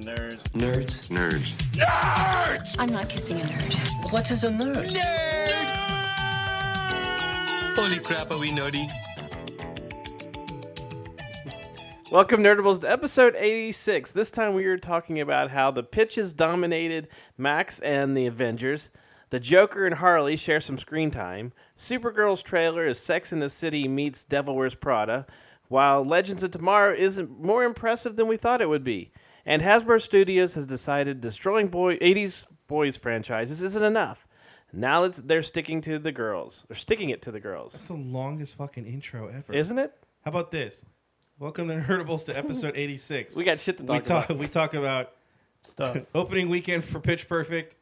Nerds. Nerds. Nerds. I'm not kissing a nerd. What is a nerd? Holy crap, are we nerdy? Welcome, Nerdables, to episode 86. This time we are talking about how the pitches dominated Max and the Avengers. The Joker and Harley share some screen time. Supergirl's trailer is Sex in the City meets Devil Wears Prada, while Legends of Tomorrow isn't more impressive than we thought it would be. And Hasbro Studios has decided destroying boy 80s boys franchises isn't enough. Now it's, they're sticking to the girls. They're sticking it to the girls, That's the longest fucking intro ever. isn't it? How about this? Welcome to Herdables to episode 86. We got shit to talk we talk about. we talk about Stuff. opening weekend for Pitch Perfect,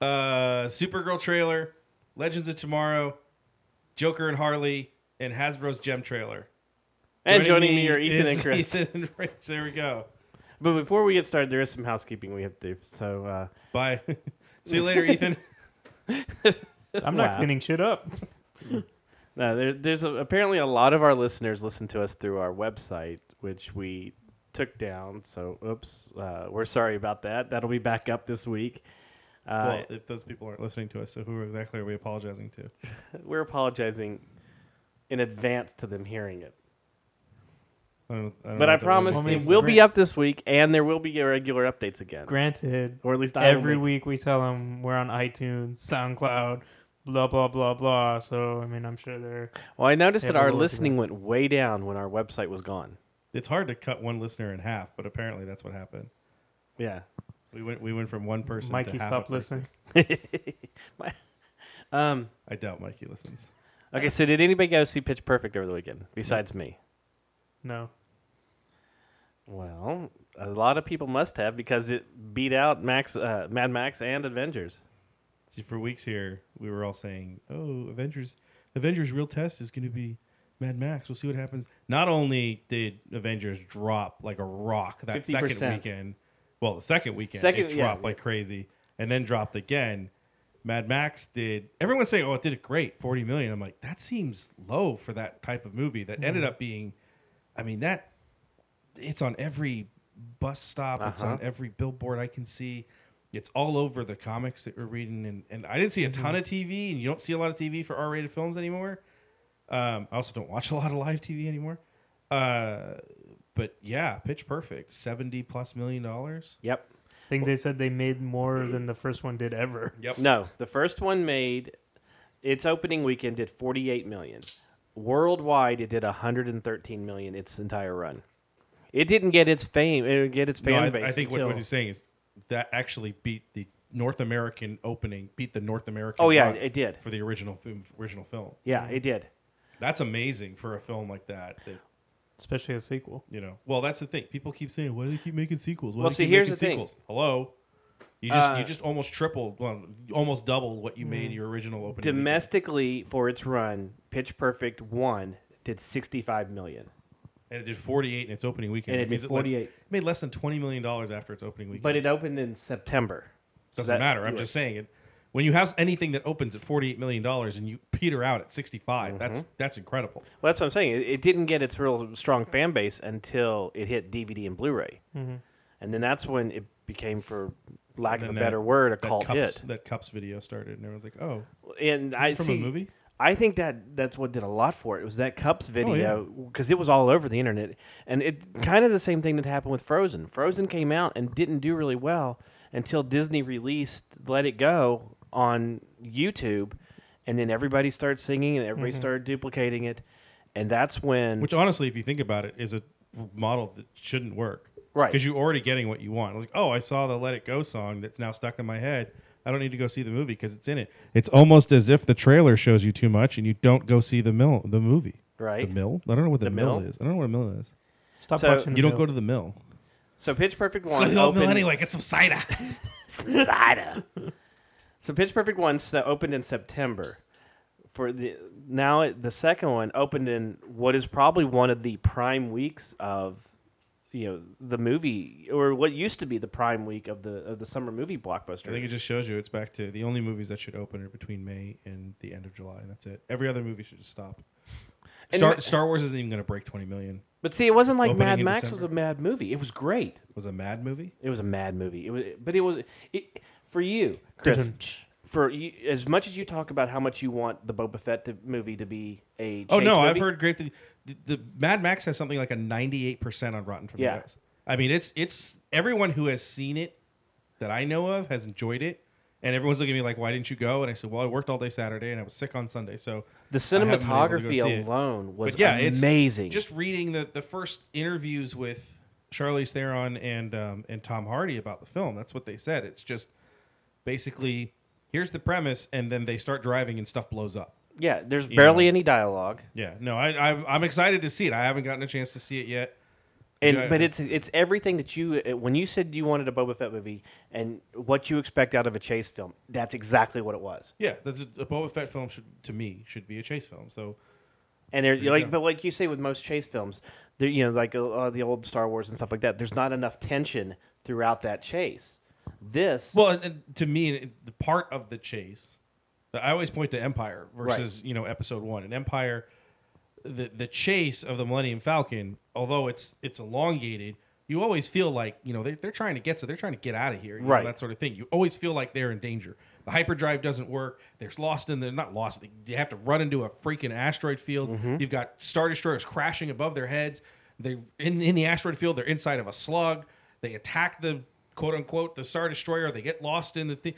uh, Supergirl trailer, Legends of Tomorrow, Joker and Harley, and Hasbro's Gem trailer. And joining me are Ethan is and Chris. Ethan and Rich. There we go. But before we get started, there is some housekeeping we have to do. So, uh, Bye. See you later, Ethan. I'm not Wow. cleaning shit up. no, there, there's a, apparently a lot of our listeners listen to us through our website, which we took down. So, oops, uh, we're sorry about that. That'll be back up this week. Uh, well, if those people aren't listening to us, so who exactly are we apologizing to? we're apologizing in advance to them hearing it. I don't, I don't But know I what that promise was. was- Well, it we- will be up this week, and there will be regular updates again. Granted, Or at least I will every make- week we tell them we're on iTunes, SoundCloud, blah blah blah blah. So I mean, I'm sure they're Well, I noticed Yeah, that our we'll look at listening went way down when our website was gone. It's hard to cut one listener in half, but apparently that's what happened. Yeah. We went we went from one person. to Mikey. half Stop a person. listening. um, I doubt Mikey listens. okay, so did anybody go see Pitch Perfect over the weekend besides me? No, Well, a lot of people must have because it beat out Max, uh, Mad Max, and Avengers. See, for weeks here, we were all saying, "Oh, Avengers, Avengers' real test is going to be Mad Max. We'll see what happens." Not only did Avengers drop like a rock that 50%. second weekend, well, the second weekend Second- it yeah. dropped like crazy, and then dropped again. Mad Max did. Everyone's saying, "Oh, it did it great, forty million. I'm like, that seems low for that type of movie. That Mm-hmm. ended up being, I mean, that it's on every bus stop. It's Uh-huh. on every billboard I can see. It's all over the comics that we're reading, and, and I didn't see a Mm-hmm. ton of TV, and you don't see a lot of TV for R-rated films anymore. Um, I also don't watch a lot of live TV anymore. Uh, but yeah, Pitch Perfect, seventy plus million dollars. Yep. I think they said they made more than the first one did ever. Yep. No, the first one made its opening weekend did 48 million. Worldwide, it did 113 million its entire run. It didn't get its fame. It didn't get its No, fan I, base. I think what, what until- he's saying is that actually beat the North American opening, beat the North American. Oh yeah, run it did. for the original film- original film. Yeah, it did. That's amazing for a film like that. that Especially a sequel. You know, well, that's the thing. People keep saying, "Why do they keep making sequels?" Why Well, do they see, keep here's making the thing. sequels? Hello, you just Uh, mm, you just almost tripled, well, you almost doubled what you made your original opening. weekend. Domestically, for its run, Pitch Perfect one did 65 million. and it did forty eight in its opening weekend. And it That means did like- 48. it made less than twenty million dollars after its opening weekend. But it opened in September. So doesn't that- matter. I'm yeah. just saying it. When you have anything that opens at forty eight million dollars and you peter out at sixty Mm-hmm. that's that's incredible. Well, that's what I'm saying. It, it didn't get its real strong fan base until it hit DVD and Blu-ray, and then that's when it became, for lack of a Mm-hmm. Then better that- word, a that cult cups, hit. That cups video started, and everyone's like, "Oh, And I from a see. movie? Oh, I think that that's what did a lot for it. It was that Cups video yeah. because it was all over the internet, and it kind of the same thing that happened with Frozen. Frozen came out and didn't do really well until Disney released Let It Go on YouTube, and then everybody started singing and Mm-hmm. everybody started duplicating it, and that's when Which honestly, if you think about it, is a model that shouldn't work. Right. Because you're already getting what you want. Like, oh, I saw the Let It Go song that's now stuck in my head. I don't need to go see the movie because it's in it. It's almost as if the trailer shows you too much and you don't go see the mill, the movie. Right. The mill? I don't know what the, The mill, mill? is. I don't know what a mill is. Stop So- watching. The You don't go to the mill. So Pitch Perfect One opened. Get some cider. Cider. so Pitch Perfect One so opened in September. For the now, it- the second one opened in what is probably one of the prime weeks of, you know, the movie or what used to be the prime week of the of the summer movie blockbuster. I think it just shows you it's back to the only movies that should open are between May and the end of July. And that's it. Every other movie should just stop. And Star, ma- Star Wars isn't even going to break 20 million. But see, it wasn't like Opening Mad in Max December. was a mad movie. It was great. Was a mad movie? It was a mad movie. It was, but it was it, for you, Chris. For you, as much as you talk about how much you want the Boba Fett to, movie to be a Oh chase no, I've movie, heard great. Th- the Mad Max has something like a 98% on Rotten Yeah. Tomatoes. I mean, it's it's everyone who has seen it that I know of has enjoyed it, and everyone's looking at me like, "Why didn't you go?" And I said, "Well, I worked all day Saturday, and I was sick on Sunday, so." the I haven't been able to go see cinematography it." alone was But yeah, it's amazing. Just reading the the first interviews with Charlize Theron and um, and Tom Hardy about the film, that's what they said. It's just basically here's the premise, and then they start driving and stuff blows up. yeah, there's know. barely any dialogue, Yeah, no, I, I I'm excited to see it. I haven't gotten a chance to see it yet. and Yeah. but it's it's everything that you when you said you wanted a Boba Fett movie and what you expect out of a chase film. That's exactly what it was. Yeah, that's a, a Boba Fett film should to me should be a chase film. So And they're you like, go. but like you say with most chase films, there you know, like uh, uh, the old Star Wars and stuff like that. There's not enough tension throughout that chase. This, well, and, and to me, it- the part of the chase, I always point to Empire versus you know Episode One. And Empire, the the chase of the Millennium Falcon, although it's it's elongated, you always feel like you know they they're trying to get so they're trying to get out of here, you know, Right. that sort of thing. You always feel like they're in danger. The hyperdrive doesn't work. They're lost in the not lost. They, you have to run into a freaking asteroid field. You've got star destroyers crashing above their heads. They in in the asteroid field. They're inside of a slug. They attack the quote unquote the star destroyer. They get lost in the thing.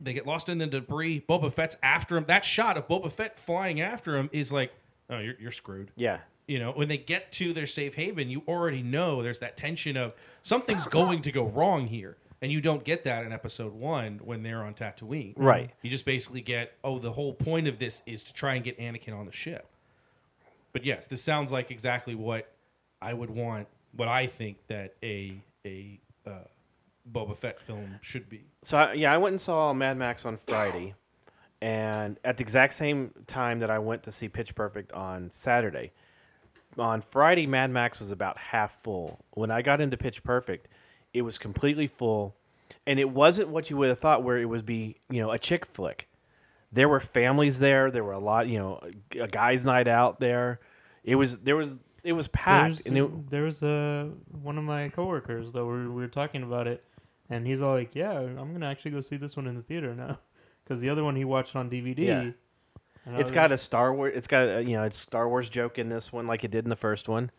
They get lost in the debris. Boba Fett's after him. That shot of Boba Fett flying after him is like, oh, you're, you're screwed yeah, you know when they get to their safe haven you already know there's that tension of something's going to go wrong here and you don't get that in episode one when they're on tatooine Right. you just basically get oh the whole point of this is to try and get anakin on the ship but yes this sounds like exactly what i would want what i think that a a uh, boba fett film should be so I, yeah, I went and saw Mad Max on Friday, and at the exact same time that I went to see Pitch Perfect on Saturday. On Friday, Mad Max was about half full. When I got into Pitch Perfect, it was completely full, and it wasn't what you would have thought, where it would be you know a chick flick. There were families there. There were a lot, you know, a guys' night out there. It was there was it was packed, Ah, There's- and it, there was a one of my coworkers that we we were talking about it, and he's all like, "Yeah, I'm gonna actually go see this one in the theater now," because the other one he watched on DVD. Yeah. Oh, and I It's was got like, a Star Wars. It's got a, you know, it's Star Wars joke in this one, like it did in the first one.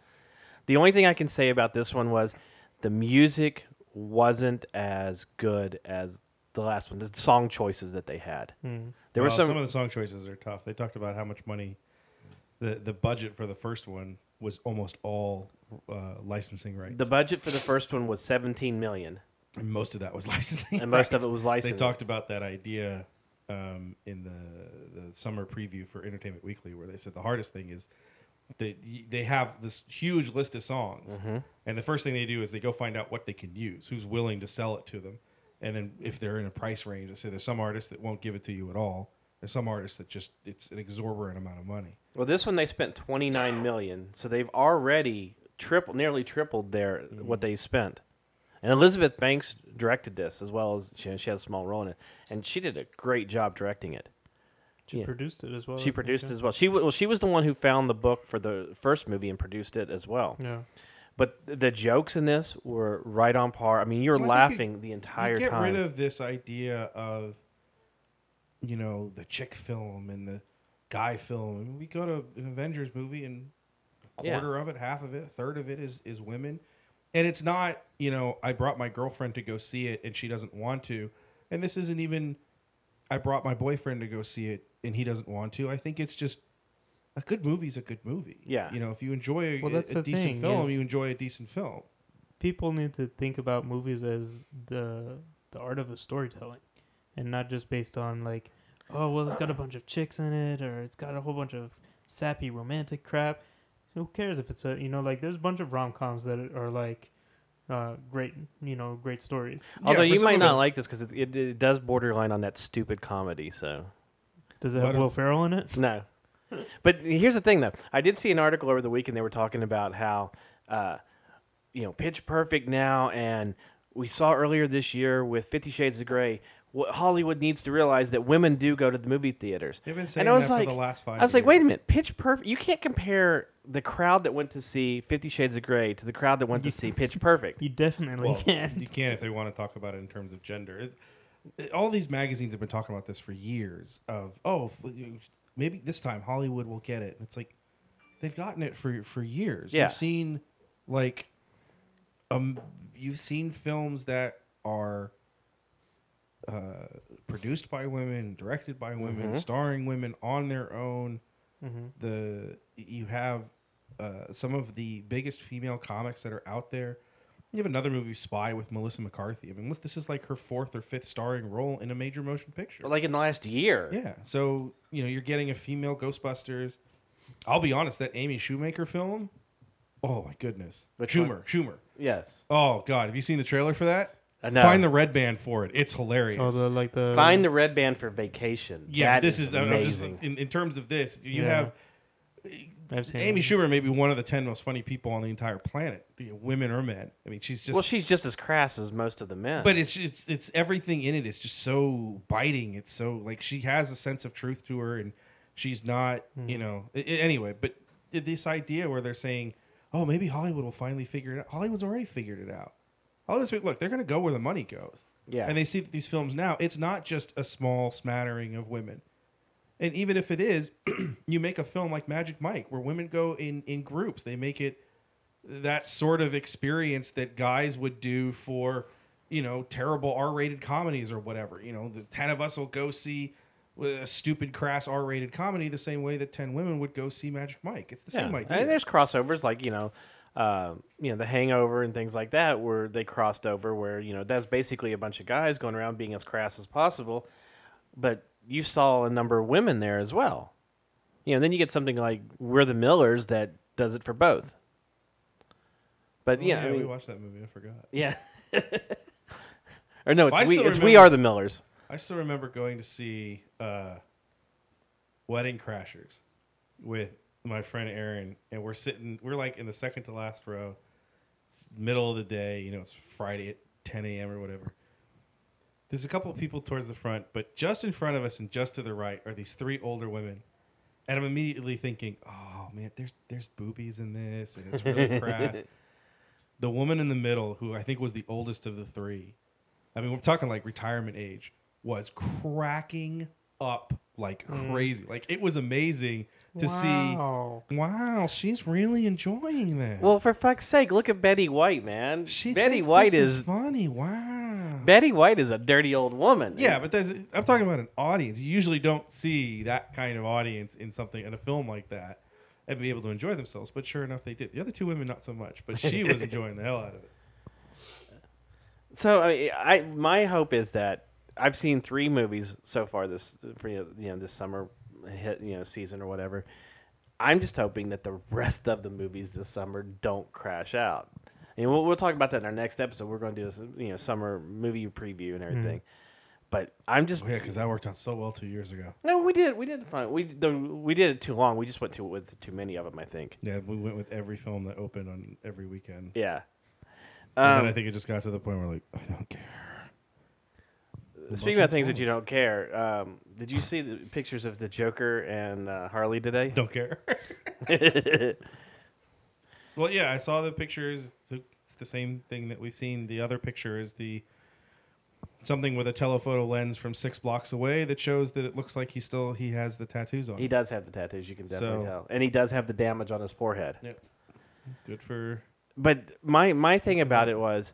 The only thing I can say about this one was the music wasn't as good as the last one. The song choices that they had. There were Hmm. Well, some. of the song choices are tough. They talked about how much money the the budget for the first one was almost all uh, licensing rights. the budget for the first one was 17 million, and most of that was licensing. and most of rights. it was They licensed. talked about that idea um, in the the summer preview for Entertainment Weekly, where they said the hardest thing is they they have this huge list of songs, and the first thing they do is they go find out what they can use, who's willing to sell it to them, and then if they're in a price range, they say there's some artists that won't give it to you at all. There's some artists that just it's an exorbitant amount of money. Well, this one they spent 29 million, so they've already triple, nearly tripled their Hmm. what they spent. And Elizabeth Banks directed this as well as she, she had a small role in it, and she did a great job directing it. she yeah. produced it as well. She produced as well. She wa- well, she was the one who found the book for the first movie and produced it as well. Yeah, But th- the jokes in this were right on par. I mean, you were Well, I think laughing the You entire get time. rid of this idea of you know the chick film and the guy film. I mean, we go to an Avengers movie and a Yeah. quarter of it, half of it, a third of it is is women, and it's not you know I brought my girlfriend to go see it and she doesn't want to, and this isn't even I brought my boyfriend to go see it and he doesn't want to. I think it's just. A good movie is a good movie. Yeah. you know, if you enjoy a- Well, that's a, the decent thing film, is- you enjoy a decent film. people need to think about movies as the the art of a storytelling, and not just based on like, oh well, it's got a bunch of chicks in it, or it's got a whole bunch of sappy romantic crap. Who cares if it's a you know like there's a bunch of rom coms that are like uh, great you know great stories. Although Yeah, for you some might of not it's- like this because it, it, it does borderline on that stupid comedy. So Does it Why have don't- Will Ferrell in it? No. But here's the thing, though. I did see an article over the weekend. They were talking about how, uh, you know, Pitch Perfect now, and we saw earlier this year with Fifty Shades of Grey. what Hollywood needs to realize that women do go to the movie theaters. They've been And saying I was that for like, the last five I was like, wait a years. minute, Pitch Perfect. You can't compare the crowd that went to see Fifty Shades of Grey to the crowd that went to see Pitch Perfect. You definitely Well, can. You can if they want to talk about it in terms of gender. It, it- all these magazines have been talking about this for years. Of oh, f- you- maybe this time Hollywood will get it. And it's like they've gotten it for for years. Yeah. You've seen like um, you've seen films that are uh, produced by women, directed by women, Mm-hmm. starring women on their own. The you have uh, some of the biggest female comics that are out there. You have another movie, Spy, with Melissa McCarthy. I mean, this- this is like her fourth or fifth starring role in a major motion picture. Like in the last year. Yeah, so you know you're getting a female Ghostbusters. I'll be honest, that Amy Shoemaker film. Oh my goodness, Which Schumer, Schumer. Yes. Oh God, have you seen the trailer for that? Uh, no. Find the red band for it. It's hilarious. Oh, the like the Find the red band for vacation. Uh, yeah, That this is, I'm just amazing. in, in terms of this. You Yeah. have I've seen Amy it. Schumer, may be one of the ten most funny people on the entire planet, you know, women or men. I mean, she's just. well, she's just as crass as most of the men. but it's it's it's everything in it is just so biting. It's so like she has a sense of truth to her, and she's not, you know. i- i- anyway, but i- this idea where they're saying, "Oh, maybe Hollywood will finally figure it out." Hollywood's already figured it out. Hollywood's look, they're going to go where the money goes. Yeah. and they see that these films now. It's not just a small smattering of women. And even if it is, you make a film like Magic Mike where women go in in groups. They make it that sort of experience that guys would do for, you know, terrible R-rated comedies or whatever. You know, the 10 of us will go see a stupid crass R-rated comedy the same way that 10 women would go see Magic Mike. It's the yeah. same idea. and there's crossovers like you know, uh, you know, The Hangover and things like that, where they crossed over, where you know that's basically a bunch of guys going around being as crass as possible, but you saw a number of women there as well. You know, then you get something like We're the Millers that does it for both. But Oh, yeah, I we mean, watched that movie. I forgot. yeah. or no, I it's we, still it's we remember- are the Millers. I still remember going to see uh, Wedding Crashers with my friend Aaron, and we're sitting, we're like in the second to last row, It's middle of the day. You know, it's Friday at 10 a.m. or whatever. There's a couple of people towards the front, but just in front of us and just to the right are these three older women. And I'm immediately thinking, oh man, there's there's boobies in this, and it's really crass. The woman in the middle, who I think was the oldest of the three, I mean, we're talking like retirement age, was cracking up like crazy. Like it was amazing to Wow. see. Wow, she's really enjoying this. Well, for fuck's sake, look at Betty White, man. she Betty thinks White this is funny. Wow. Betty White is a dirty old woman. Yeah, but that's, I'm talking about an audience. You usually don't see that kind of audience in something in a film like that and be able to enjoy themselves. But sure enough, they did. The other two women, not so much, but she was enjoying the hell out of it. So I, I my hope is that I've seen three movies so far this for you know this summer hit you know season or whatever. I'm just hoping that the rest of the movies this summer don't crash out. And we'll, we'll talk about that in our next episode. We're going to do a you know summer movie preview and everything. But I'm just Oh, yeah, because that worked out so well two years ago. no, we did we did fine. We the, we did it too long. We just went to with too many of them. I think. Yeah, we went with every film that opened on every weekend. Yeah. and Um, then I think it just got to the point where, like, I don't care. Speaking about things that you don't care, um, did you see the pictures of the Joker and uh, Harley today? Don't care. well, yeah, I saw the pictures. So It's the same thing that we've seen. The other picture is the something with a telephoto lens from six blocks away that shows that it looks like he still he has the tattoos on. He does have the tattoos, you can So- definitely tell, and he does have the damage on his forehead. Yep. Good for. But my my thing about it was,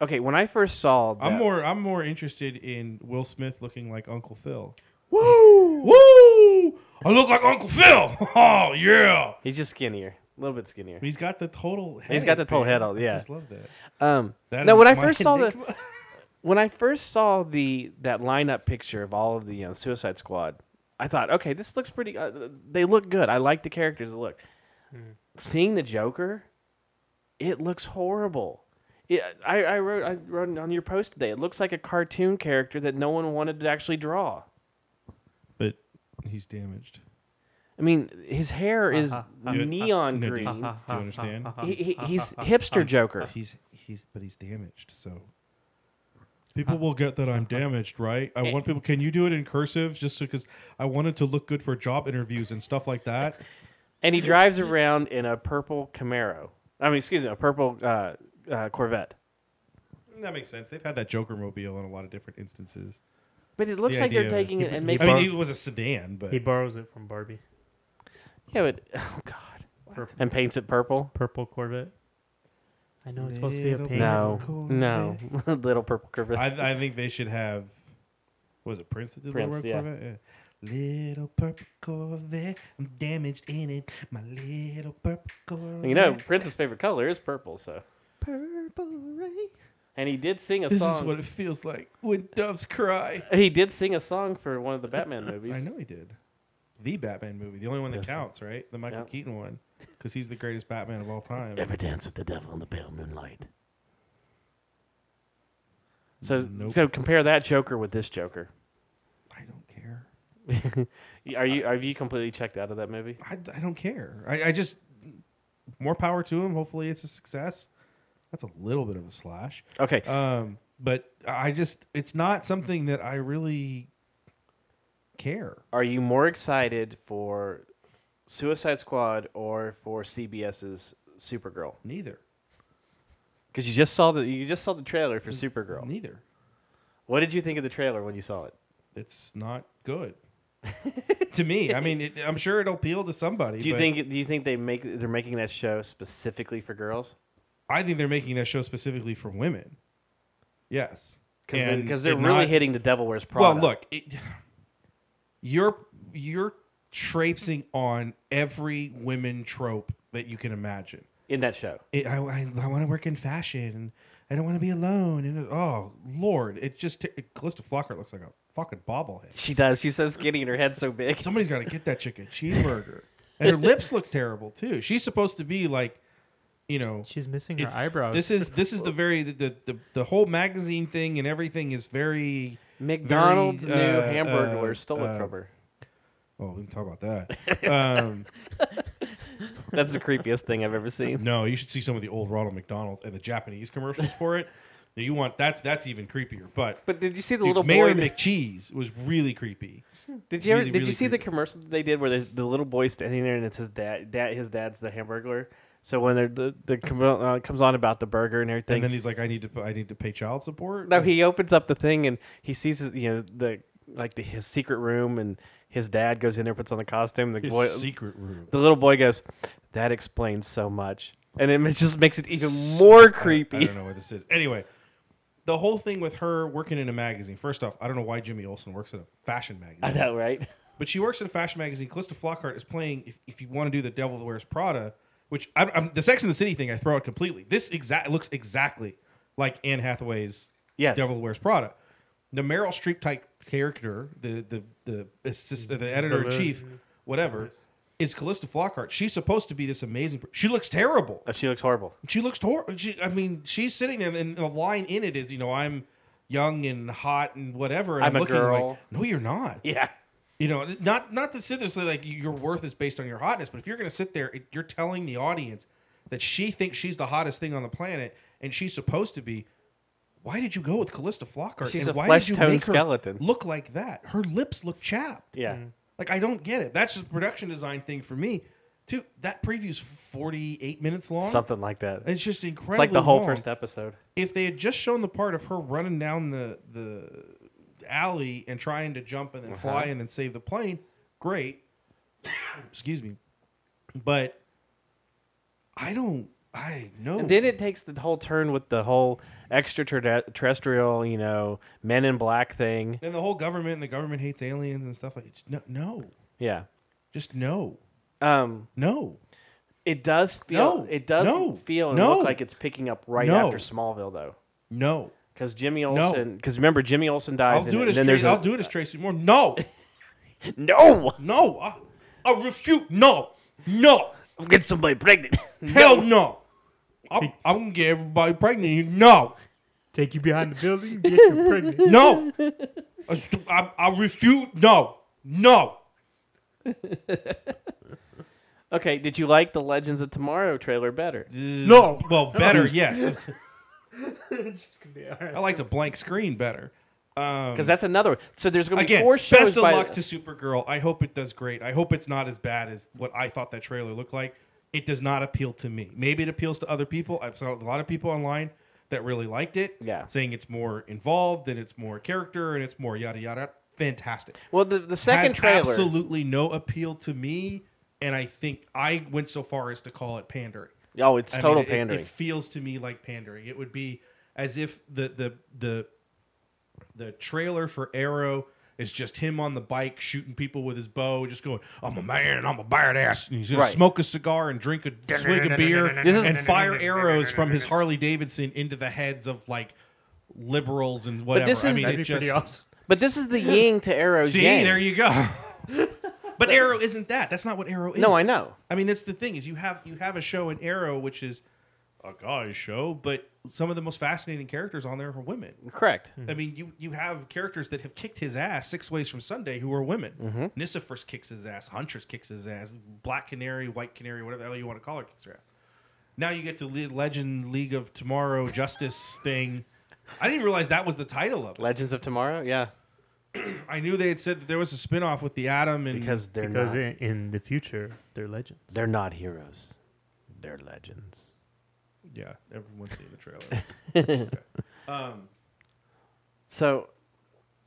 okay, when I first saw, that, I'm more. I'm more interested in Will Smith looking like Uncle Phil. Woo! Woo! I look like Uncle Phil. Oh yeah. He's just skinnier, a little bit skinnier. He's got the total. Head, got the total man. head on, yeah. I just love that. Um, That no, is when I my first saw the enigma. when I first saw the that lineup picture of all of the you know, Suicide Squad, I thought, okay, this looks pretty. Uh, they look good. I like the characters. that Look, seeing the Joker, it looks horrible. It, I, I wrote I wrote on your post today. It looks like a cartoon character that no one wanted to actually draw. but he's damaged. I mean, his hair is Do it. neon No, do you- uh, green. Do you understand? Uh-huh. He, he, he's hipster Joker. He's he's but he's damaged. So Uh, People will get that I'm damaged, right? I want people. Can you do it in cursive, just because I wanted to look good for job interviews and stuff like that? And he drives around in a purple Camaro. I mean, excuse me, a purple uh, uh, Corvette. that makes sense. They've had that Joker mobile in a lot of different instances. But it looks The like they're idea of- taking it and I making. mean, it was a sedan, but He borrows it from Barbie. yeah, but, oh god, Purple. and paints it purple. Purple Corvette. I know it's supposed to be a Little pain. No, Purple no, little purple Corvette. I, I think they should have. what Was it Prince that did Prince, Little yeah. Red Corvette? Yeah. Little purple Corvette, I'm damaged in it. My little purple Corvette. you know, Prince's favorite color is purple, so. purple rain. And he did sing a This song. is what it feels like when doves cry. He did sing a song for one of the Batman movies. I know he did. The Batman movie, the only one that Yes. counts, right? The Michael Yep. Keaton one, because he's the greatest Batman of all time. Ever dance with the devil in the pale moonlight? So, Nope. so compare that Joker with this Joker. I don't care. Are you are you completely checked out of that movie? I, I don't care. I, I just more power to him. Hopefully, it's a success. That's a little bit of a slash. Okay, Um, but I just it's not something that I really care. are you more excited for Suicide Squad or for CBS's Supergirl? Neither. Because you just saw the you just saw the trailer for Mm. Supergirl. Neither. What did you think of the trailer when you saw it? It's not good. to me, I mean, it, I'm sure it'll appeal to somebody. Do you but think do you think they make they're making that show specifically for girls? I think they're making that show specifically for women. Yes, Because they're, And 'cause they're it really not- hitting the devil wears Prada. Well, look, it, you're you're traipsing on every women trope that you can imagine. in that show. It, I I, I want to work in fashion, and I don't want to be alone. And oh Lord, it just it, Calista Flockhart looks like a fucking bobblehead. She does. She's so skinny and her head's so big. Somebody's got to get that chicken cheeseburger, and her lips look terrible too. She's supposed to be like, you know, She's missing her it's- eyebrows. This is this is the very the, the the the whole magazine thing and everything is very McDonald's very, new uh, hamburger uh, stole it uh, from her. Oh, we can talk about that. Um, That's the creepiest thing I've ever seen. no, you should see some of the old Ronald McDonald's and the Japanese commercials for it. Now, you want that's that's even creepier. But, But did you see the dude, little Mary boy? McCheese was really creepy. did you ever, really, did really you see the creepy. commercial that they did where the, the little boy standing there and it's his dad? Dad, his dad's the hamburger. So when they're, the the com- uh, comes on about the burger and everything, And then he's like, I need to I need to pay child support. No, he opens up the thing and he sees his, you know the like the, his secret room and his dad goes in there, puts on the costume. The His boy, secret room. the little boy goes, "That explains so much," and it just makes it even more I creepy. don't know what this is. Anyway, the whole thing with her working in a magazine. First off, I don't know why Jimmy Olsen works in a fashion magazine. I know, right? But she works in a fashion magazine. Calista Flockhart is playing. If, if you want to do the Devil That Wears Prada, which I, I'm, the Sex and the City thing, I throw out completely. This exact looks exactly like Anne Hathaway's Yes. Devil Wears Prada. The Meryl Streep type character, the the the assist, the editor in chief, whatever, is Calista Flockhart. She's supposed to be this amazing. per- She looks terrible. Oh, she looks horrible. She looks horrible. She, I mean, she's sitting there, and the line in it is, you know, I'm young and hot and whatever. And I'm a looking like, girl. no, you're not. Yeah. You know, not not to sit there and say like your worth is based on your hotness, but if you're going to sit there, it, you're telling the audience that she thinks she's the hottest thing on the planet and she's supposed to be. Why did you go with Callista Flockhart? She's and a why flesh-toned skeleton. look like that? Her lips look chapped. Yeah. Like I don't get it. That's just a production design thing for me. Too. That preview's 48 minutes long. Something like that. It's just incredible. It's like the whole long first episode. if they had just shown the part of her running down the the alley and trying to jump and then Uh-huh. fly and then save the plane, great. Excuse me, but I don't. I know. And then it takes the whole turn with the whole extraterrestrial, you know, men in black thing. and the whole government and the government hates aliens and stuff like no, no, Yeah. just no, Um, no. it does feel No. it does No. feel and No. look like it's picking up right No. after Smallville though. No, Because Jimmy Olsen, because remember Jimmy Olsen dies, I'll do and it as then there's Tracy. a, I'll do it as Tracy Moore. No, No, no, I, I refute. No, no. I'm getting somebody pregnant. Hell no. I'm, I'm gonna get everybody pregnant. here. No, Take you behind the building, get you pregnant. no. I, st- I, I refuse. No, no. okay, did you like the Legends of Tomorrow trailer better? No. Well, better yes. it's just gonna be all right. I liked a blank screen better. Um, Because that's another one. So there's going to be again, four shows. best of by, luck to Supergirl. I hope it does great. I hope it's not as bad as what I thought that trailer looked like. It does not appeal to me. Maybe it appeals to other people. I've saw a lot of people online that really liked it. Yeah. saying it's more involved and it's more character and it's more yada yada. Fantastic. Well, the, the second Has trailer. absolutely no appeal to me, and I think I went so far as to call it pandering. Oh, it's I mean, total it- it- pandering. It, feels to me like pandering. It would be as if the the the the trailer for Arrow is just him on the bike shooting people with his bow, just going, "I'm a man, I'm a badass," and he's gonna Right. smoke a cigar and drink a swig of beer This is- and fire arrows from his Harley Davidson into the heads of like liberals and whatever. this is- I mean, That'd it be just, pretty awesome. but this is the yin to Arrow's See, yang. there you go. but Arrow isn't that. That's not what Arrow is. No, I know. I mean, that's the thing is you have you have a show in Arrow which is a guy's show, but some of the most fascinating characters on there are women. Correct. I mean, you you have characters that have kicked his ass six ways from Sunday who are women. Mm-hmm. Nissa first kicks his ass. Huntress kicks his ass. Black Canary, White Canary, whatever the hell you want to call her, kicks her ass. Now you get the Le- Legend League of Tomorrow Justice thing. I didn't realize that was the title of it. Legends of Tomorrow. Yeah, I knew they had said that there was a spin off with the Atom and because they're Because not. in, in the future, they're legends. they're not heroes. They're legends. Yeah, everyone's seen the trailer. It's- it's okay. um, So,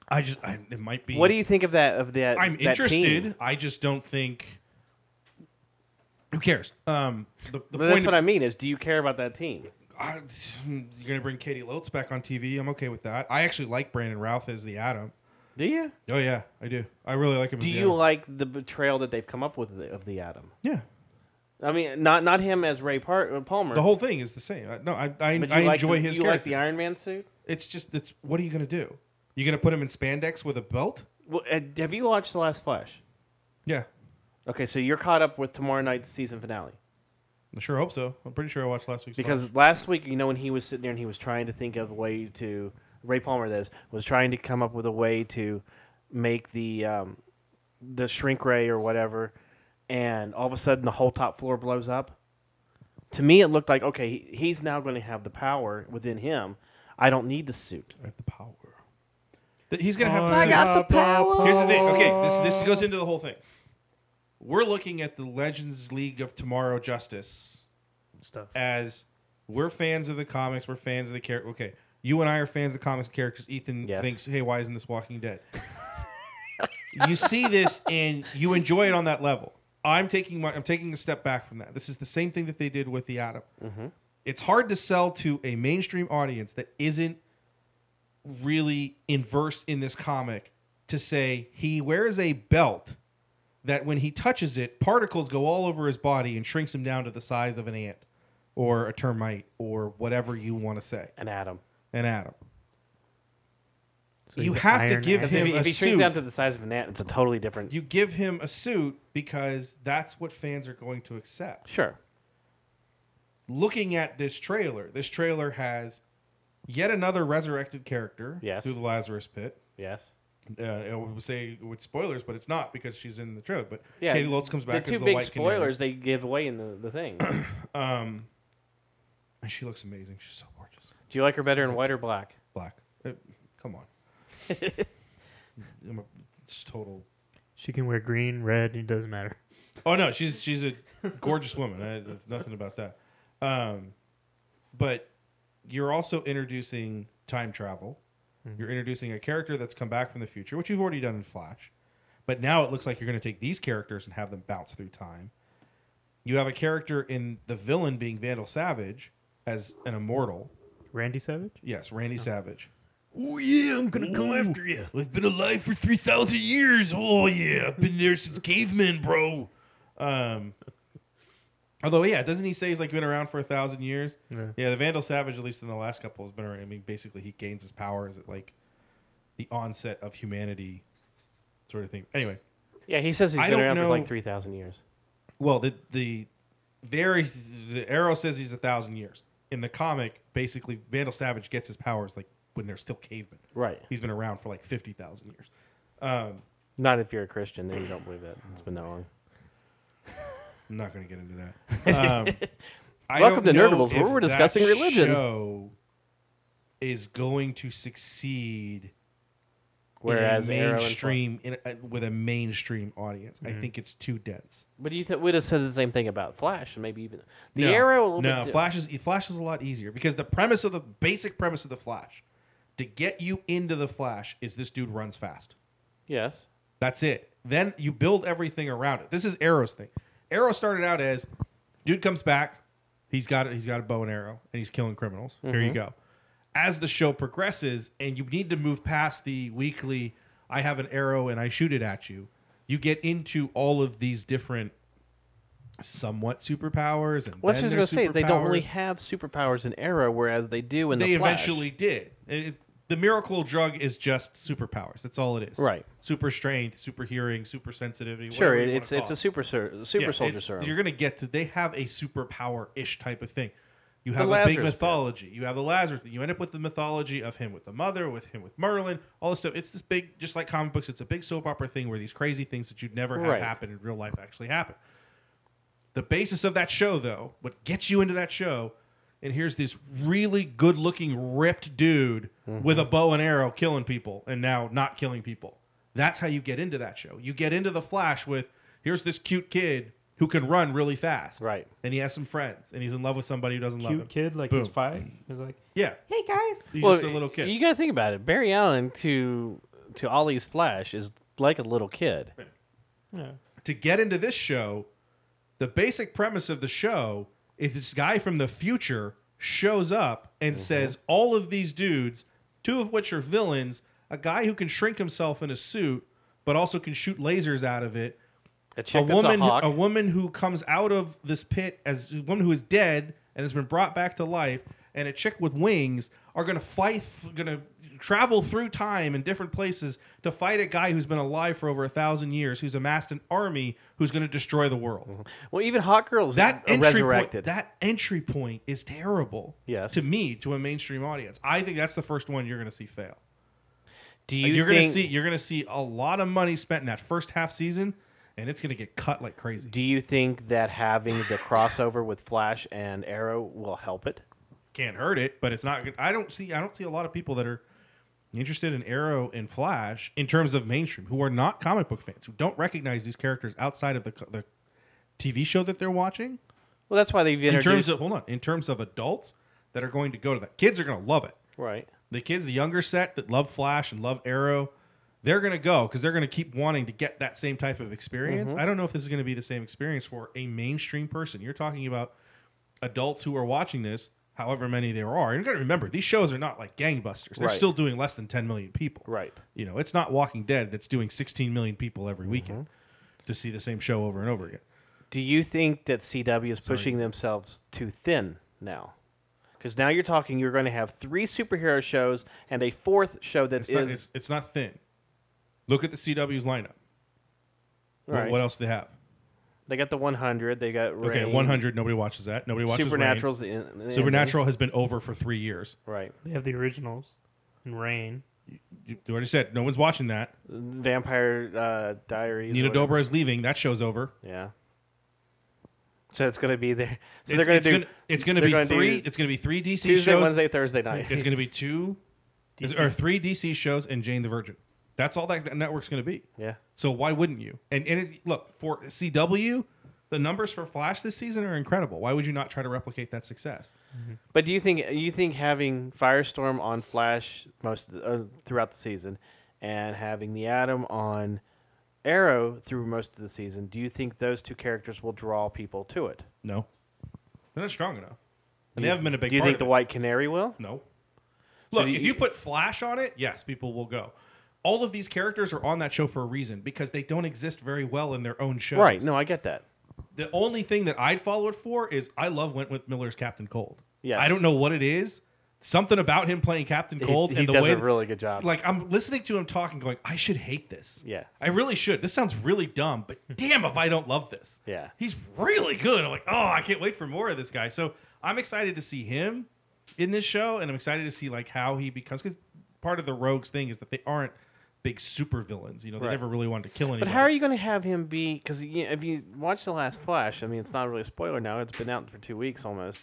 I just I, it might be. what do you think of that? Of that? I'm that interested. team? I just don't think. Who cares? Um, the, the But that's point. what I mean. Is do you care about that team? I, you're gonna bring Katie Lotz back on TV. I'm okay with that. I actually like Brandon Routh as the Atom. Do you? Oh yeah, I do. I really like him. Do as the you Atom. like the betrayal that they've come up with the- of the Atom? Yeah. I mean, not not him as Ray Par- uh, Palmer. The whole thing is the same. I, no, I I, but you I like enjoy the, his You character. like the Iron Man suit? it's just it's what are you gonna do? You gonna put him in spandex with a belt? Well, uh, have you watched The Last Flash? Yeah, Okay, so you're caught up with tomorrow night's season finale. I sure hope so. I'm pretty sure I watched last week's Flash. Because last week, you know, when he was sitting there and he was trying to think of a way to Ray Palmer, that is, was trying to come up with a way to make the um, the shrink ray or whatever, and all of a sudden the whole top floor blows up. To me, it looked like okay, he- he's now going to have the power within him. I don't need the suit. I have the power. That he's gonna have. Oh, the I same- got the power. Here's the thing. Okay, this this goes into the whole thing. We're looking at the Legends League of Tomorrow Justice Stuff. as we're fans of the comics. We're fans of the character. Okay, you and I are fans of the comics characters. Ethan Yes. thinks, "Hey, why isn't this Walking Dead?" you see this and you enjoy it on that level. I'm taking my, I'm taking a step back from that. This is the same thing that they did with the Atom. It's hard to sell to a mainstream audience that isn't really inversed in this comic to say he wears a belt that when he touches it, particles go all over his body and shrinks him down to the size of an ant or a termite or whatever you want to say, And Adam, an atom. So you he's an have to Iron give Man. because if, Him he- a if he shrinks suit. down to the size of an ant, it's a totally different. You give him a suit because that's what fans are going to accept. sure, Looking at this trailer, this trailer has yet another resurrected character Yes. through the Lazarus pit. yes, uh, I would say with spoilers, but it's not because she's in the trailer. But yeah. Katie Lotz comes back. The as two the big White spoilers they give away in the, the thing. Do Canary. Um, and she looks amazing. She's so gorgeous. you like her better in white or black? Black. Uh, come on. I'm a it's total. She can wear green, red. It doesn't matter. Oh no, she's she's a gorgeous woman. I, there's nothing about that. Um, but you're also introducing time travel. You're introducing a character that's come back from the future, which you've already done in Flash. But now it looks like you're going to take these characters and have them bounce through time. You have a character in the villain being Vandal Savage as an immortal. Randy Savage. Yes, Randy Savage. Oh yeah, I'm gonna come after you. I've been alive for 3,000 years. Oh, yeah. I've been there since cavemen, bro. Um, although, yeah, doesn't he say he's like been around for a thousand years? Yeah. the Vandal Savage, at least in the last couple, has been around. I mean, basically, he gains his powers at like the onset of humanity, sort of thing. Anyway, Yeah, he says he's I been don't around for know- like three thousand years. well, the the very the arrow says he's a thousand years. In the comic, basically, Vandal Savage gets his powers like when they're still cavemen. Right. He's been around for like fifty thousand years. Um, Not if you're a Christian, then you don't believe that. It's been that long. I'm not going to get into that. Um, I Welcome don't to know Nerdables, where if we're that discussing religion. Show is going to succeed Whereas in Arrow a and Mm-hmm. Flash- mainstream in a, with a mainstream audience. I think it's too dense. But you th- would have said the same thing about Flash, and maybe even the No, Arrow. A little no, bit Flash is Flash is a lot easier because the premise of the basic premise of the Flash to get you into the Flash is this dude runs fast. Yes. That's it. Then you build everything around it. This is Arrow's thing. Arrow started out as dude comes back, he's got he's got a bow and arrow and he's killing criminals. Here Mm-hmm. you go. As the show progresses and you need to move past the weekly I have an arrow and I shoot it at you, you get into all of these different somewhat superpowers and Well, that's then just gonna their say they don't really superpowers. have superpowers in Arrow, whereas they do in they the Flash. eventually did. It- the miracle drug is just superpowers. That's all it is. Right. Super Super strength, super hearing, super sensitivity. sure, whatever you it, wanna it's call it's it. a super ser- super Yeah, soldier it's- serum. You're gonna get to. They have a superpower ish type of thing. You have a Lazarus big pit. mythology. You have the Lazarus. You end up with the mythology of him with the mother, with him with Merlin, all this stuff. It's this big, just like comic books. It's a big soap opera thing where these crazy things that you'd never have Right. happen in real life actually happen. The basis of that show, though, what gets you into that show, and here's this really good looking, ripped dude with a bow and arrow killing people and now not killing people. That's how you get into that show. You get into The Flash with here's this cute kid who can run really fast. Right. And he has some friends and he's in love with somebody who doesn't love him. Cute kid, like he's Boom. five. He's like, Yeah. hey guys. He's just a little kid. You gotta think about it. Barry Allen to to Ollie's Flash is like a little kid. Yeah. to get into this show, the basic premise of the show is this guy from the future shows up and says all of these dudes, two of which are villains, a guy who can shrink himself in a suit but also can shoot lasers out of it, A chick a that's woman, a hawk. a woman who comes out of this pit as a woman who is dead and has been brought back to life, and a chick with wings are going to fight, going to travel through time in different places to fight a guy who's been alive for over a thousand years, who's amassed an army who's going to destroy the world. well, even Hot Girl's That Mm-hmm. a- a entry resurrected. Point, that entry point is terrible. Yes. to me, to a mainstream audience, I think that's the first one you're going to see fail. Do Like, you You are going think? to see uh, you're going to see a lot of money spent in that first half season, and it's going to get cut like crazy. do you think that having the crossover with Flash and Arrow will help it? can't hurt it, but it's not. good. I don't see. I don't see a lot of people that are interested in Arrow and Flash in terms of mainstream who are not comic book fans who don't recognize these characters outside of the co- the TV show that they're watching. Well, that's why they've In introduced terms of hold on, in terms of adults that are going to go to that, kids are going to love it. right. The kids, the younger set that love Flash and love Arrow, they're going to go because they're going to keep wanting to get that same type of experience. Mm-hmm. I don't know if this is going to be the same experience for a mainstream person. You're talking about adults who are watching this, however many there are. And you got to remember, these shows are not like gangbusters. They're Right. still doing less than 10 million people. Right. You know, it's not Walking Dead that's doing 16 million people every weekend Mm-hmm. to see the same show over and over again. Do you think that CW is pushing themselves too thin now? Because now you're talking, you're going to have three superhero shows and a fourth show that It's, is not, it's, it's not thin. Look at the CW's lineup. What- right. What else do they have? They got the 100. They got Rain, Okay, 100. Nobody watches that. Nobody watches Rain. Supernatural's the in- the Supernatural has been over for three years. ending. right? They have the originals and Rain. You you already said no one's watching that. Vampire uh, Diaries. or Nina whatever. Dobra is leaving. That show's over. Yeah. So it's going to be there. So It's- they're going it's to do. gonna- It's going to they're be gonna do three. It's going to be three DC Tuesday, shows. Wednesday, Thursday night. It's going to be two or three DC shows and Jane the Virgin. That's all that network's going to be. Yeah. So why wouldn't you? And and it, look for CW, the numbers for Flash this season are incredible. Why would you not try to replicate that success? But do you think you think having Firestorm on Flash most of the, uh, throughout the season, and having the Atom on Arrow through most of the season, do you think those two characters will draw people to it? No, they're not strong enough. And they haven't been a big. Do you part think of the it. White Canary will? No. So Look, do if you- you put Flash on it, yes, people will go. All of these characters are on that show for a reason because they don't exist very well in their own shows. Right. No, I get that. The only thing that I'd follow it for is I love Wentworth Miller's Captain Cold. Yes. I don't know what it is. Something about him playing Captain He- Cold he, and the does way a that- really good job. like I'm listening to him talking, going, I should hate this. Yeah. I really should. This sounds really dumb, but damn if I don't love this. Yeah. He's really good. I'm like, oh, I can't wait for more of this guy. So I'm excited to see him in this show, and I'm excited to see like how he becomes because part of the rogues thing is that they aren't big super villains. You know, they Right. never really wanted to kill anybody. But how are you going to have him be? Because if you watch the last Flash, I mean, it's not really a spoiler now. It's been out for two weeks almost.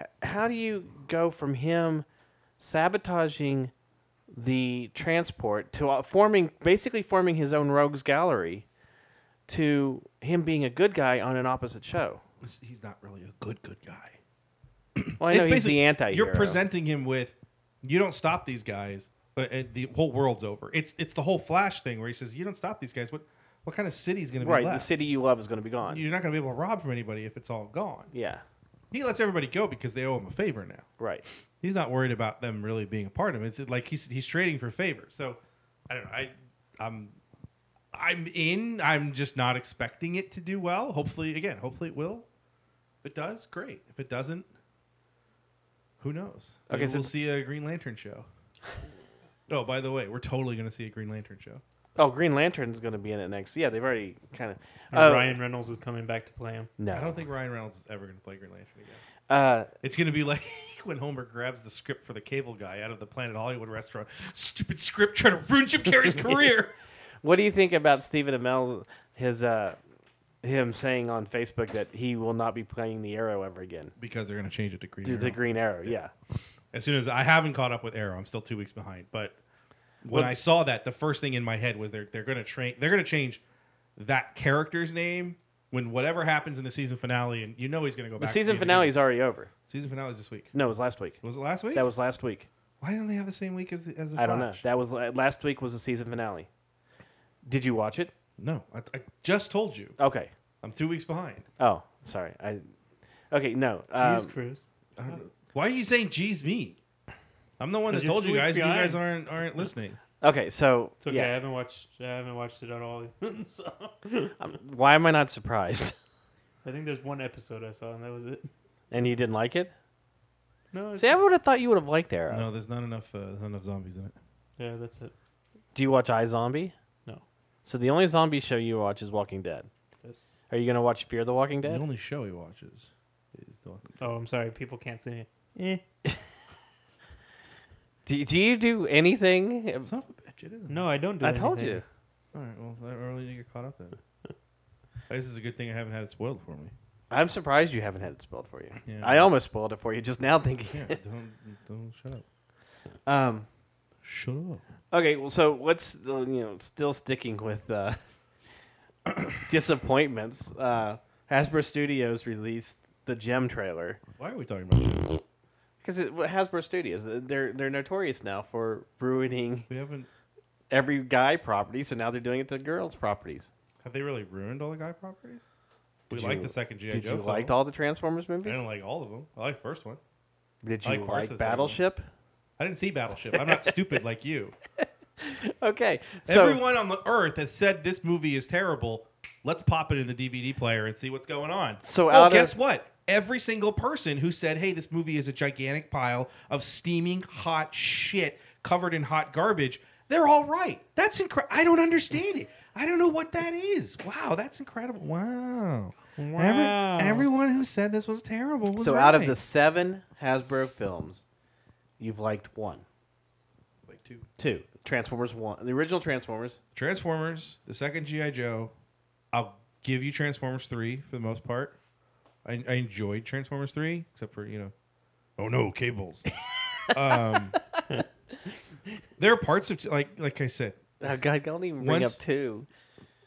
H- how do you go from him sabotaging the transport to uh, forming basically forming his own rogues gallery to him being a good guy on an opposite show. He's not really a good good guy. Well, I know he's the anti. You're presenting him with, you don't stop these guys, but uh, the whole world's over. It's it's the whole Flash thing where he says, you don't stop these guys. What what kind of city's going to be right. The left? city you love is going to be gone. You're not going to be able to rob from anybody if it's all gone. yeah, He lets everybody go because they owe him a favor now. right. He's not worried about them really being a part of him. It's like he's he's trading for favor. So I don't know. I I'm I'm in. I'm just not expecting it to do well. Hopefully, again, hopefully it will. If it does, great. If it doesn't, who knows? Okay, Maybe so- we'll see a Green Lantern show. oh, by the way, we're totally going to see a Green Lantern show. Oh, Green Lantern's going to be in it next. Yeah, they've already kind of. And Ryan Reynolds is coming back to play him. No, Uh, I don't think Ryan Reynolds is ever going to play Green Lantern again. Uh, It's going to be like when Homer grabs the script for the cable guy out of the Planet Hollywood restaurant. Stupid script trying to ruin Jim Carrey's career. what do you think about Stephen Amell? His uh, him saying on Facebook that he will not be playing the Arrow ever again. Because they're going to change it to Green Do the Arrow. Green Arrow? Yeah. As soon as I haven't caught up with Arrow, I'm still two weeks behind. But when I saw that, the first thing in my head was they're they're going to train they're going to change that character's name when whatever happens in the season finale, and you know he's going to go The back. to season being finale hero. is already over. season finale is this week. No, it was last week. Was it last week? That was last week. Why don't they have the same week as the as the I don't know. Flash? That was uh, last week was the season finale. Did you watch it? No, I, I just told you Okay. I'm two weeks behind. Oh, sorry. I. Okay, no. Jeez, Um, Cruz. I don't know. Why are you saying "geez me"? I'm the one that 'Cause you're told two you weeks guys. You behind. guys aren't aren't listening. okay, so It's okay. I yeah. haven't watched. I haven't watched it at all. so Why am I not surprised? I think there's one episode I saw, and that was it. and you didn't like it? No. See, I would have thought you would have liked Arrow. No, there's not enough uh, not enough zombies in it. yeah, that's it. Do you watch iZombie? No. So the only zombie show you watch is Walking Dead. That's- Are you gonna watch Fear the Walking The Dead? only show he watches is the oh, I'm sorry. People can't see me. Eh. Do, do you do anything? Son of a bitch, it isn't. No, I don't do. I told anything. you. All right, well, I really need to get caught up then. this is a good thing I haven't had it spoiled for me. I'm surprised you haven't had it spoiled for you. Yeah. I almost spoiled it for you just now thinking. Yeah, don't don't shut up. Um, Shut up. okay, well, so let's uh, you know still sticking with uh, disappointments. Uh, Hasbro Studios released the Gem trailer Why are we talking about this? because Hasbro Studios uh, they're they're notorious now for ruining We haven't. every guy property, so now they're doing it to girls' properties. Have they really ruined all the guy properties? We Did like you- the second GI Did Joe. you film. like all the Transformers I movies? didn't like all of them. I like the first one. Did I you like parts like, of the second one. Battleship? I didn't see Battleship. I'm not stupid like you. Okay, so Everyone on the earth has said this movie is terrible. Let's pop it in the DVD player and see what's going on. So Oh, out of- guess what? Every single person who said, "Hey, this movie is a gigantic pile of steaming hot shit covered in hot garbage," they're all right. That's incredible. I don't understand it. I don't know what that is. Wow, that's incredible. Wow. Every- Wow. everyone who said this was terrible. Was so out of right. the seven Hasbro films, you've liked one, Like two. two Transformers one, the original Transformers. Transformers, the second GI Joe. I'll give you Transformers three for the most part. I, I enjoyed Transformers three, except for you know, oh no, cables. um, there are parts of like like I said, Oh God, don't even bring Once- up two.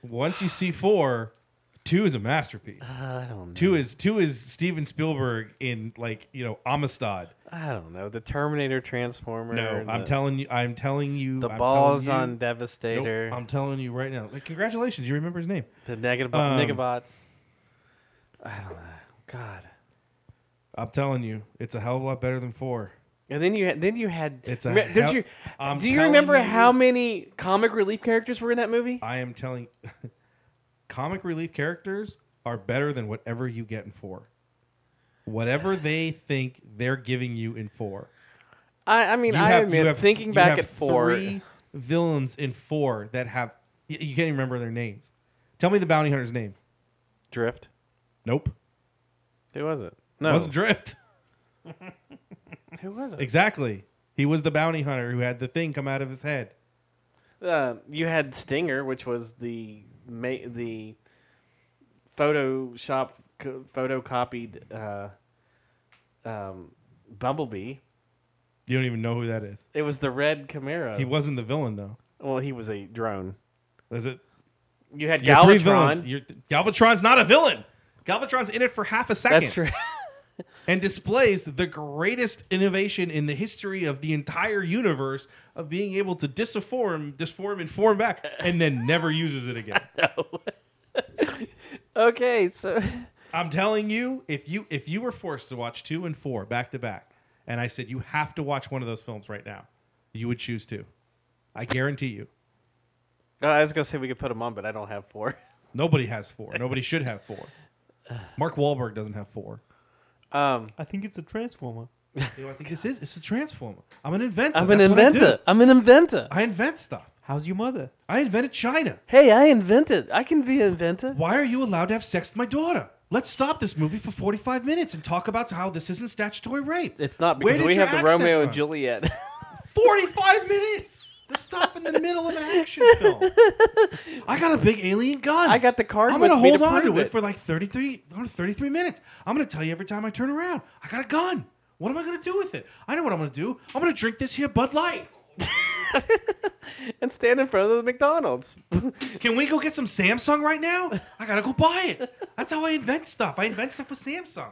once you see four, two is a masterpiece. Uh, I don't. Two is two is Steven Spielberg in like you know Amistad. I don't know the Terminator Transformer. No, the, I'm telling you, I'm telling you, the I'm telling balls you- on Nope, Devastator. I'm telling you right now. Like, congratulations, you remember his name. the negative um, Nigabots. I don't know. God. I'm telling you, it's a hell of a lot better than four. And then you had, then you had. It's a Rem- did hell- you I'm do you telling remember you. how many comic relief characters were in that movie? I am telling comic relief characters are better than whatever you get in four. Whatever they think they're giving you in four. I, I mean, You I have- admit, you have- thinking you back have at four, three villains in four that have y- you can't even remember their names. Tell me the bounty hunter's name. Drift. Nope. Who was it? No, It wasn't Drift. who was it? Exactly. He was the bounty hunter who had the thing come out of his head. Uh, you had Stinger, which was the ma- the Photoshop co- photocopied uh, um, Bumblebee. You don't even know who that is. It was the red Camaro. He wasn't the villain though. well, he was a drone. Is it? You had You're three villains. Galvatron. You're, Galvatron's not a villain. Galvatron's in it for half a second. That's true. and displays the greatest innovation in the history of the entire universe of being able to disform, disform, and form back, and then never uses it again. okay, so I'm telling you, if you if you were forced to watch two and four back to back, and I said you have to watch one of those films right now, you would choose two. I guarantee you. Oh, I was gonna say we could put them on, but I don't have four. Nobody has four. Nobody should have four. Mark Wahlberg doesn't have four. Um, I think it's a transformer. You know, I think this is it's a transformer. I'm an inventor. I'm an That's what I do. inventor. I'm an inventor. I invent stuff. How's your mother? I invented China. Hey, I invented. I can be an inventor. Why are you allowed to have sex with my daughter? Let's stop this movie for 45 minutes and talk about how this isn't statutory rape. It's not Where because did we your have the accent Romeo and from? Juliet. 45 minutes to stop in the middle of an action film. I got a big alien gun. I got the card I'm with gonna me hold to on prove to it. it. for like 33, oh, 33 minutes. I'm going to tell you every time I turn around. I got a gun. What am I going to do with it? I know what I'm going to do. I'm going to drink this here Bud Light. and stand in front of the McDonald's. Can we go get some Samsung right now? I gotta go buy it. That's how I invent stuff. I invent stuff with Samsung.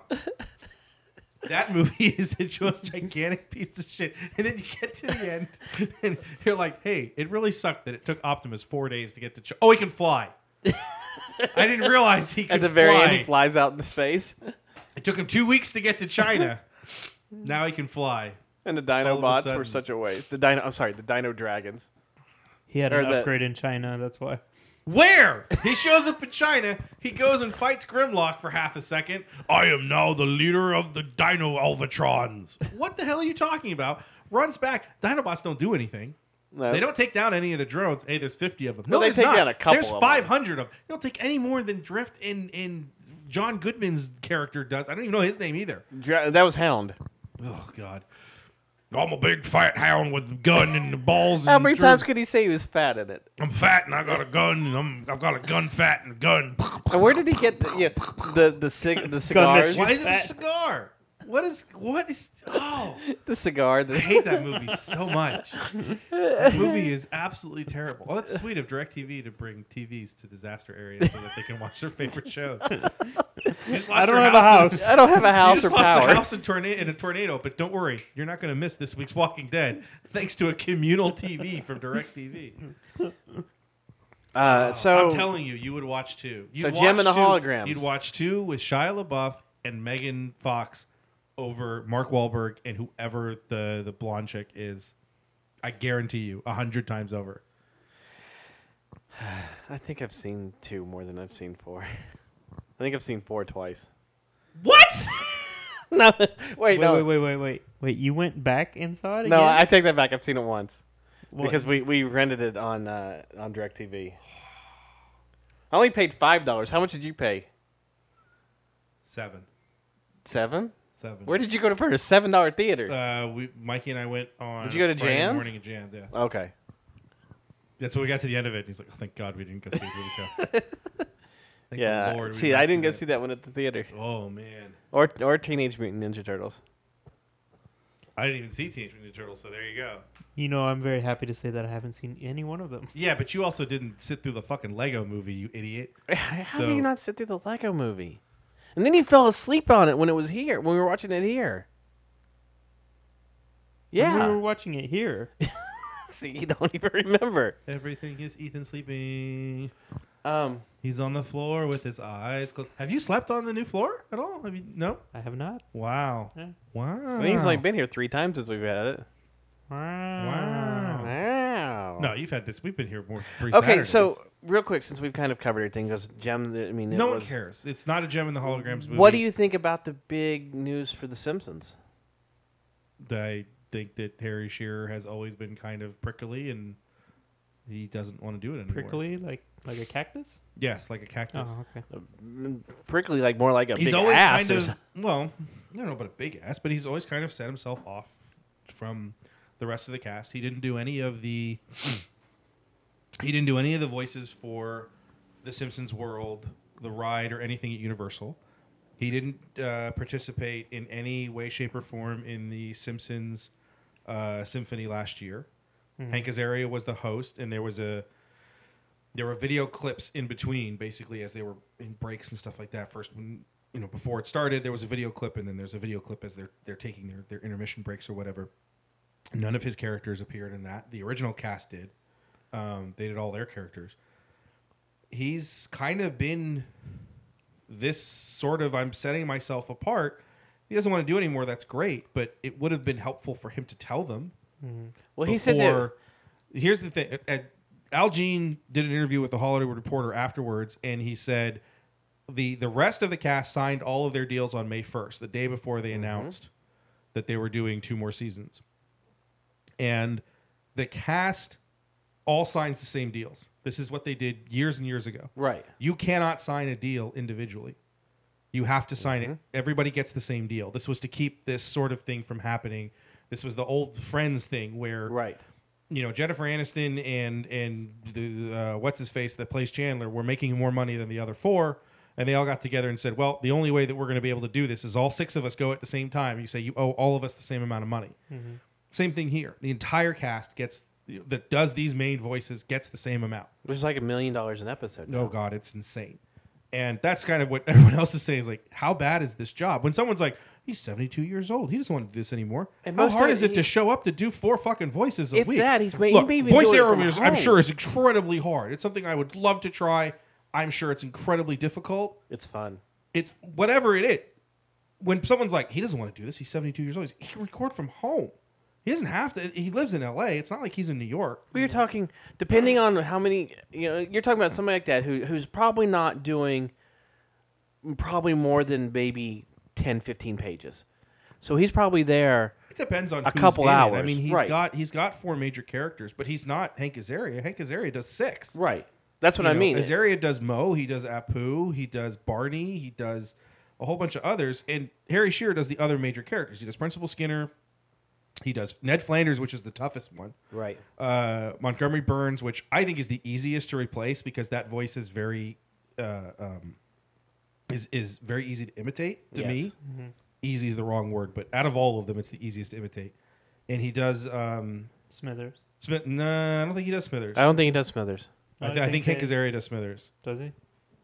That movie is the just gigantic piece of shit. And then you get to the end, and you're like, "Hey, it really sucked that it took Optimus four days to get to. Ch- oh, he can fly. I didn't realize he could At the very fly. end, he flies out into space, It took him two weeks to get to China. now he can fly. and the of a Dinobots were sudden. such a waste. The Dino, I'm sorry, the Dino Dragons. He had Or an that- upgrade in China. That's why. Where? He shows up in China. He goes and fights Grimlock for half a second. I am now the leader of the Dino Alvatrons. What the hell are you talking about? Runs back. Dinobots don't do anything. No. They don't take down any of the drones. Hey, there's 50 of them. No, Well, Uh, they there's take not. down a couple There's of them. 500 of them. They don't take any more than Drift and, and John Goodman's character does. I don't even know his name either. Dra- that was Hound. Oh, God. I'm a big fat hound with a gun and the balls. How and many through- times could he say he was fat in it? I'm fat and I got a gun and I'm, I've got a gun fat and a gun. And where did he get the yeah, the the, cig- the cigars? Why is it a cigar? What is what is? Oh, the cigar. I The, hate that movie so much. That movie is absolutely terrible. Well, that's sweet of Directv to bring TVs to disaster areas so that they can watch their favorite shows. You just lost I don't your have a house. I don't have a You house just or lost power. the house in, torna- in a tornado, but don't worry, you're not going to miss this week's Walking Dead thanks to a communal TV from Directv. Uh, so I'm telling you, you would watch two. You'd So Jim watch and the two- Holograms. You'd watch two with Shia LaBeouf and Megan Fox over Mark Wahlberg and whoever the the blonde chick is. I guarantee you, a hundred times over. I think I've seen two more than I've seen four. I think I've seen four twice. What? No, wait, Wait, no, wait, wait, wait, wait, wait. You went back and saw it again? no. I take that back. I've seen it once What? because we, we rented it on uh, on Directv. I only paid five dollars. How much did you pay? Seven. Seven. Seven. Where did you go to first? Seven dollar theater. uh, we Mikey and I went on. Did you go to Friday Jan's? Morning at Jan's, yeah. okay. That's when we got to the end of it. And he's like, oh, "Thank God we didn't go see the show." Thank Yeah. the Lord we see, did I not didn't go see that one at the theater Oh man, or or Teenage Mutant Ninja Turtles. I didn't even see Teenage Mutant Ninja Turtles. So there you go. You know, I'm very happy to say that I haven't seen any one of them. Yeah, but you also didn't sit through the fucking Lego movie, you idiot. How do So- you not sit through the Lego movie? And then you fell asleep on it when it was here, when we were watching it here. We were Yeah. watching it here. See, you don't even remember. Everything is Ethan sleeping. Um, He's on the floor with his eyes closed. Have you slept on the new floor at all? Have you? No. I have not. Wow. Yeah. Wow. I think he's only been here three times since we've had it. Wow. Wow. No, you've had this. We've been here more. than Three Okay, Saturdays. so real quick, since we've kind of covered everything, because Gem, I mean, it no one was- cares. It's not a gem in the holograms movie. What do you think about the big news for The Simpsons? I think that Harry Shearer has always been kind of prickly, and he doesn't want to do it anymore. Prickly, like like a cactus. Yes, like a cactus. Oh, okay. Prickly, like more like a he's big always ass. or kind of something. well, I don't know about a big ass, but he's always kind of set himself off from the rest of the cast. He didn't do any of the he didn't do any of the voices for the Simpsons World, the ride, or anything at Universal. He didn't uh, participate in any way, shape, or form in the Simpsons uh, symphony last year. Hmm. Hank Azaria was the host, and there was a there were video clips in between, basically as they were in breaks and stuff like that. First, when you know before it started, there was a video clip, and then there's a video clip as they're they're taking their their intermission breaks or whatever. None of his characters appeared in that. The original cast did. Um, they did all their characters. He's kind of been this sort of I'm setting myself apart. He doesn't want to do it anymore. That's great, but it would have been helpful for him to tell them Well, he said that. before- Here's the thing: uh, Al Jean did an interview with the Hollywood Reporter afterwards, and he said the the rest of the cast signed all of their deals on May first, the day before Mm-hmm. they announced that they were doing two more seasons, and the cast all signs the same deals. This is what they did years and years ago. Right. You cannot sign a deal individually. You have to sign it. Mm-hmm. Everybody gets the same deal. This was to keep this sort of thing from happening. This was the old Friends thing where Right. you know Jennifer Aniston and and the uh, what's his face that plays Chandler were making more money than the other four, and they all got together and said, "Well, the only way that we're going to be able to do this is all six of us go at the same time." You say you owe all of us the same amount of money. Same thing here. The entire cast gets that does these main voices gets the same amount. Which is like a million dollars an episode. Oh God, it's insane. And that's kind of what everyone else is saying is like, how bad is this job? When someone's like, he's 72 years old, he doesn't want to do this anymore. And how most hard of is it it to he- show up to do four fucking voices a If week? that, he's may- he Look, may even voice do it actor from is, I'm home. sure is incredibly hard. It's something I would love to try. I'm sure it's incredibly difficult. It's fun. It's whatever it is. When someone's like, he doesn't want to do this, he's 72 years old. He's, he can record from home. He doesn't have to. He lives in L.A. It's not like he's in New York. We're talking depending on how many you know. You're talking about somebody like that who who's probably not doing probably more than maybe 10, 15 pages. So he's probably there. It depends on A who's couple in it. I hours, mean, he's right. got he's got four major characters, but he's not Hank Azaria. Hank Azaria does six. Right. That's what You I know, mean. Azaria does Mo. He does Apu. He does Barney. He does a whole bunch of others. And Harry Shearer does the other major characters. He does Principal Skinner. He does Ned Flanders, which is the toughest one. right. Uh, Montgomery Burns, which I think is the easiest to replace because that voice is very uh, um, is is very easy to imitate to Yes. me. Easy is the wrong word, but out of all of them, it's the easiest to imitate. And he does um, Smithers. Smith. No, I don't think he does Smithers. I don't think he does Smithers. I, th- I think Hank Azaria does Smithers. Does he?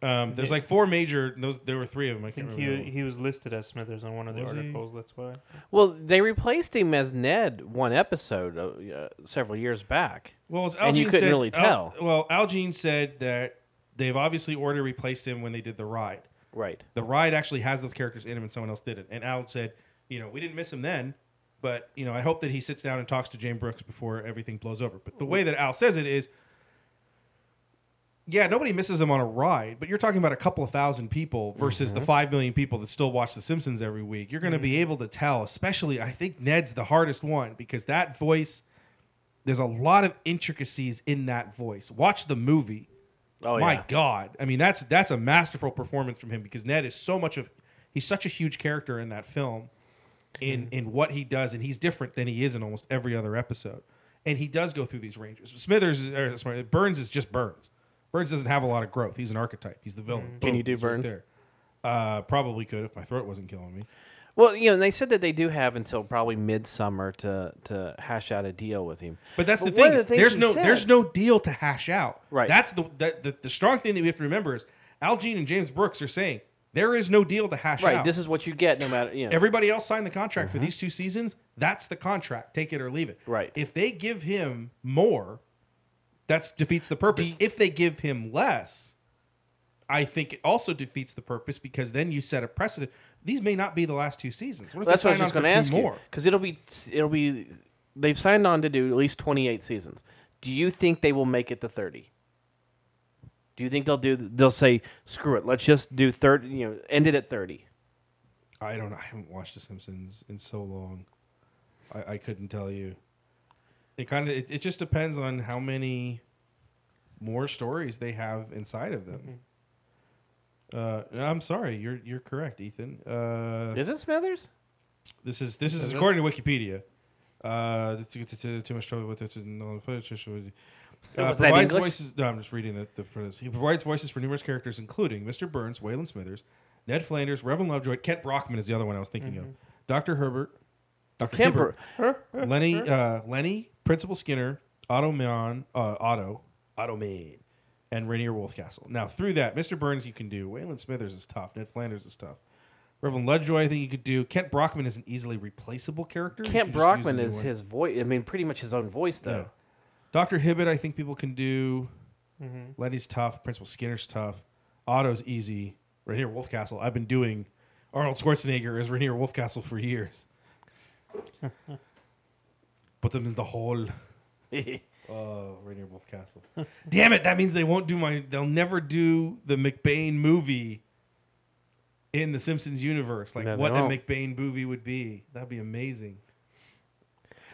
Um, there's like four major. Those there were three of them. I I can't think remember. he he was listed as Smithers on one of the Was he? articles. That's why. Well, they replaced him as Ned one episode uh, uh, several years back. well, as and you Algene couldn't said- really Al- tell. well, Al Jean said that they've obviously already replaced him when they did the ride. Right. The ride actually has those characters in him, and someone else did it. And Al said, you know, we didn't miss him then, but you know, I hope that he sits down and talks to Jane Brooks before everything blows over. But the way that Al says it is, yeah, nobody misses him on a ride, but you're talking about a couple of thousand people versus Mm-hmm. the five million people that still watch The Simpsons every week. You're going to be able to tell, especially I think Ned's the hardest one because that voice. There's a lot of intricacies in that voice. Watch the movie Oh my yeah. God. I mean, that's that's a masterful performance from him because Ned is so much of he's such a huge character in that film in Mm-hmm. in what he does, and he's different than he is in almost every other episode. And he does go through these ranges. Smithers or sorry, Burns is just Burns. Burns doesn't have a lot of growth. He's an archetype. He's the villain. Can you do he's right Burns? there. Uh, probably could if my throat wasn't killing me. Well, you know, and they said that they do have until probably midsummer to to hash out a deal with him. But that's the one thing. of is things there's he no said- there's no deal to hash out. Right. That's the, that the the strong thing that we have to remember is Al Jean and James Brooks are saying there is no deal to hash out. right. This is what you get, no matter you know. Everybody else signed the contract for these two seasons. That's the contract. Take it or leave it. Mm-hmm. Right. If they give him more, that defeats the purpose. if they give him less, I think it also defeats the purpose because then you set a precedent. These may not be the last two seasons. What if Well, that's they what I sign was just on going to for ask two you more? because it'll be it'll be they've signed on to do at least 28 seasons. Do you think they will make it to 30? Do you think they'll do? They'll say, "Screw it, let's just do 30." You know, end it at 30. I don't. know. I haven't watched The Simpsons in so long. I, I couldn't tell you. It kind of. It, it just depends on how many more stories they have inside of them. Uh, I'm sorry. You're you're correct, Ethan. Uh, Is it Smithers? this is this is, Is it? according to Wikipedia. Uh, t- t- t- too much trouble with it. to know- Uh, Was that provides English? voices. No, I'm just reading the, the premise. He provides voices for numerous characters, including Mr. Burns, Mm-hmm. Waylon Smithers, Ned Flanders, Reverend Lovejoy, Kent Brockman is the other one I was thinking of, Doctor Herbert, Dr. Kemper. Kemper. Lenny, uh, Lenny, Principal Skinner, Otto Man, uh, Otto, Otto Man, and Rainier Wolfcastle. Now, through that, Mr. Burns you can do. Waylon Smithers is tough. Ned Flanders is tough. Reverend Ludjoy, I think you could do. Kent Brockman is an easily replaceable character. You Kent could just use Brockman the new is one. his voice. I mean, pretty much his own voice Yeah. though. Dr. Hibbett, I think people can do. Mm-hmm. Lenny's tough. Principal Skinner's tough. Otto's easy. Rainier Wolfcastle. I've been doing Arnold Schwarzenegger as Rainier Wolfcastle for years. Put them in the hole. Oh, Rainier Wolfcastle. Damn it! That means they won't do my. They'll never do the McBain movie in the Simpsons universe. Like No, they what a won't. McBain movie would be. That'd be amazing.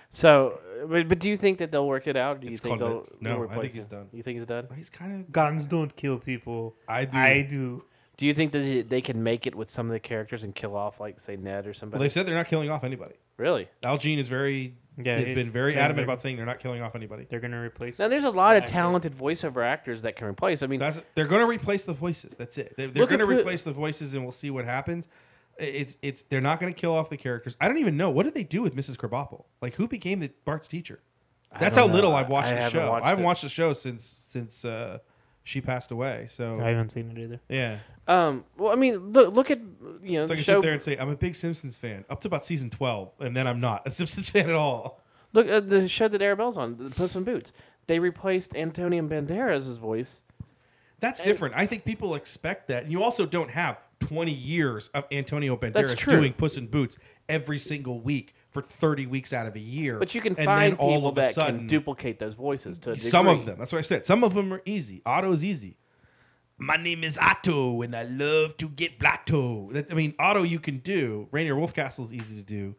so, but, but do you think that they'll work it out? Or do you It's think they'll called it. No, they'll I replace think he's him? done. You think he's done? He's kind of. Guns don't kill people. I do. I do. Do you think that they- they can make it with some of the characters and kill off like say Ned or Well, somebody? they said they're not killing off anybody. really? Al Jean is very Yeah, has been it's- very yeah, adamant they're- about saying they're not killing off anybody. They're gonna replace. Now there's a lot of Actor. talented voiceover actors that can replace. I mean, That's they're going to replace the voices. That's it. They're, they're Look going at to Pru- replace the voices, and we'll see what happens. It's it's they're not going to kill off the characters. I don't even know what did they do with Mrs. Krabappel. Like who became the Bart's teacher? That's how don't little know. I've watched I the haven't show. watched I haven't it. watched the show since since uh, she passed away. So I haven't seen it either. yeah, um, well, I mean, look, look at you know it's the like I show. sit there and say I'm a big Simpsons fan up to about season twelve, and then I'm not a Simpsons fan at all. Look at the show that Arabelle's on, the Puss in Boots. They replaced Antonio Banderas' voice. That's different. I think people expect that. And you also don't have 20 years of Antonio That's Banderas true. doing Puss in Boots every single week for 30 weeks out of a year. But you can And find then all people of a that sudden- can duplicate those voices to a Some degree. of them. That's what I said. Some of them are easy. Otto's easy. My name is Otto, and I love to get blotto. That, I mean, Otto you can do. Rainier Wolfcastle's easy to do.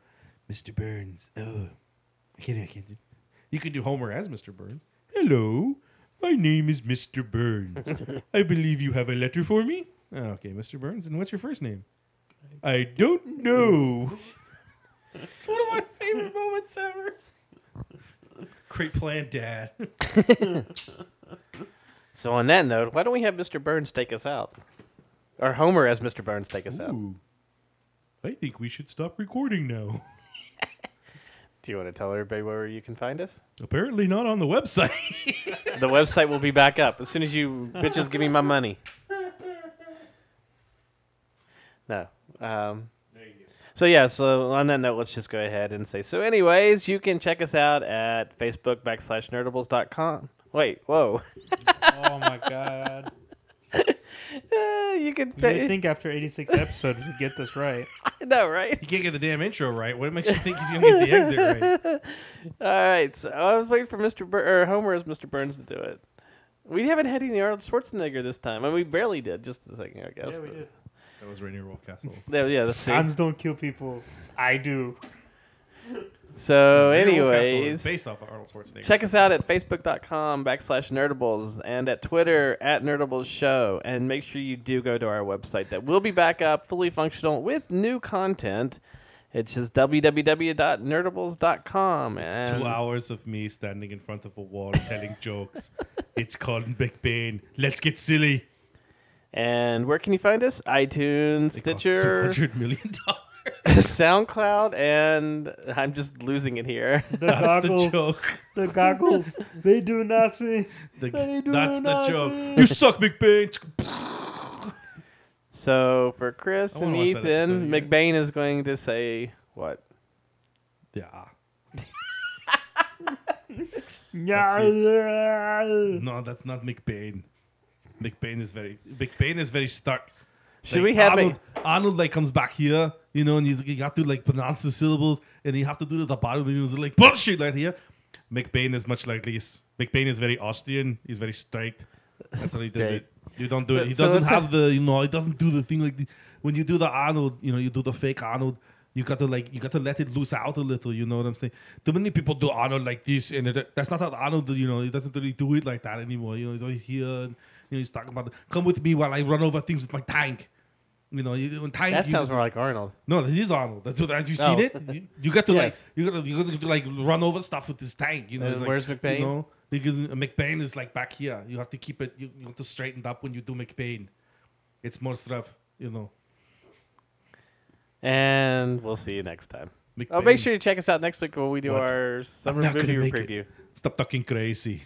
Mr. Burns. Oh, I can't. I can't do. You could do Homer as Mr. Burns. Hello, my name is Mr. Burns. I believe you have a letter for me. Oh, okay, Mr. Burns. And what's your first name? I don't know. it's one of my favorite moments ever. Great plan, Dad. So on that note, why don't we have Mr. Burns take us out? Or Homer as Mr. Burns take us out. Ooh. I think we should stop recording now. Do you want to tell everybody where you can find us? Apparently not on the website. The website will be back up as soon as you bitches give me my money. No. Um, so yeah, so on that note, let's just go ahead and say so. Anyways, you can check us out at Facebook backslash nerdables.com. Wait, whoa. oh my god! Uh, you can You would fa- think after 86 episodes we get this right? no right. he can't get the damn intro right. What makes you think he's gonna get the exit right? All right, so I was waiting for Mr. Bur- or Homer as Mr. Burns to do it. We haven't had any Arnold Schwarzenegger this time, and we barely did just a second, I guess. but- That was Rainier Wolfcastle. Yeah, yeah, let's see. Guns don't kill people. I do. so, is anyways, based off of Arnold Schwarzenegger. Check us out at facebook.com backslash nerdables and at Twitter at nerdables show. And make sure you do go to our website that will be back up, fully functional with new content. It's just www.nerdables.com. It's and two hours of me standing in front of a wall telling jokes. It's called McBain. Let's get silly. and where can you find us? iTunes, It cost Stitcher, $200 million. dollars. SoundCloud, and I'm just losing it here. The That's the goggles. joke. The goggles. they do nothing. The- They do that's the nothing. joke. You suck, McBain. So for Chris I and wanna watch that Ethan, episode again. McBain is going to say what? Yeah. Yeah. Mm. No, that's not McBain. McBain is very McBain is very stuck. Should we have Arnold, Mc- Arnold like comes back here, you know, and he's you have to like pronounce the syllables, and you have to do it at the bottom. And he's like bullshit right here. McBain is much like this. McBain is very Austrian. He's very straight. That's how he does Straight. it. You don't do it. He So doesn't let's have the you know. He doesn't do the thing like the, when you do the Arnold. You know, you do the fake Arnold. You got to like you got to let it loose out a little. You know what I'm saying? Too many people do Arnold like this, and it, that's not how Arnold. You know, he doesn't really do it like that anymore. You know, he's always here. And, you know, he's talking about come with me while I run over things with my tank. You know, you, when tank. That you- sounds more like Arnold. no, it is Arnold. That's what have you Oh. seen it? You, you got to Yes. like you got to, you got to like run over stuff with this tank. You know, Uh, it's like, where's McBain? You know, because McBain is like back here. You have to keep it. You, you have to straighten it up when you do McBain. Oh, It's more stuff. You know. And we'll see you next time. Oh, make sure you check us out next week when we do What? our summer not gonna movie make preview. Stop talking crazy.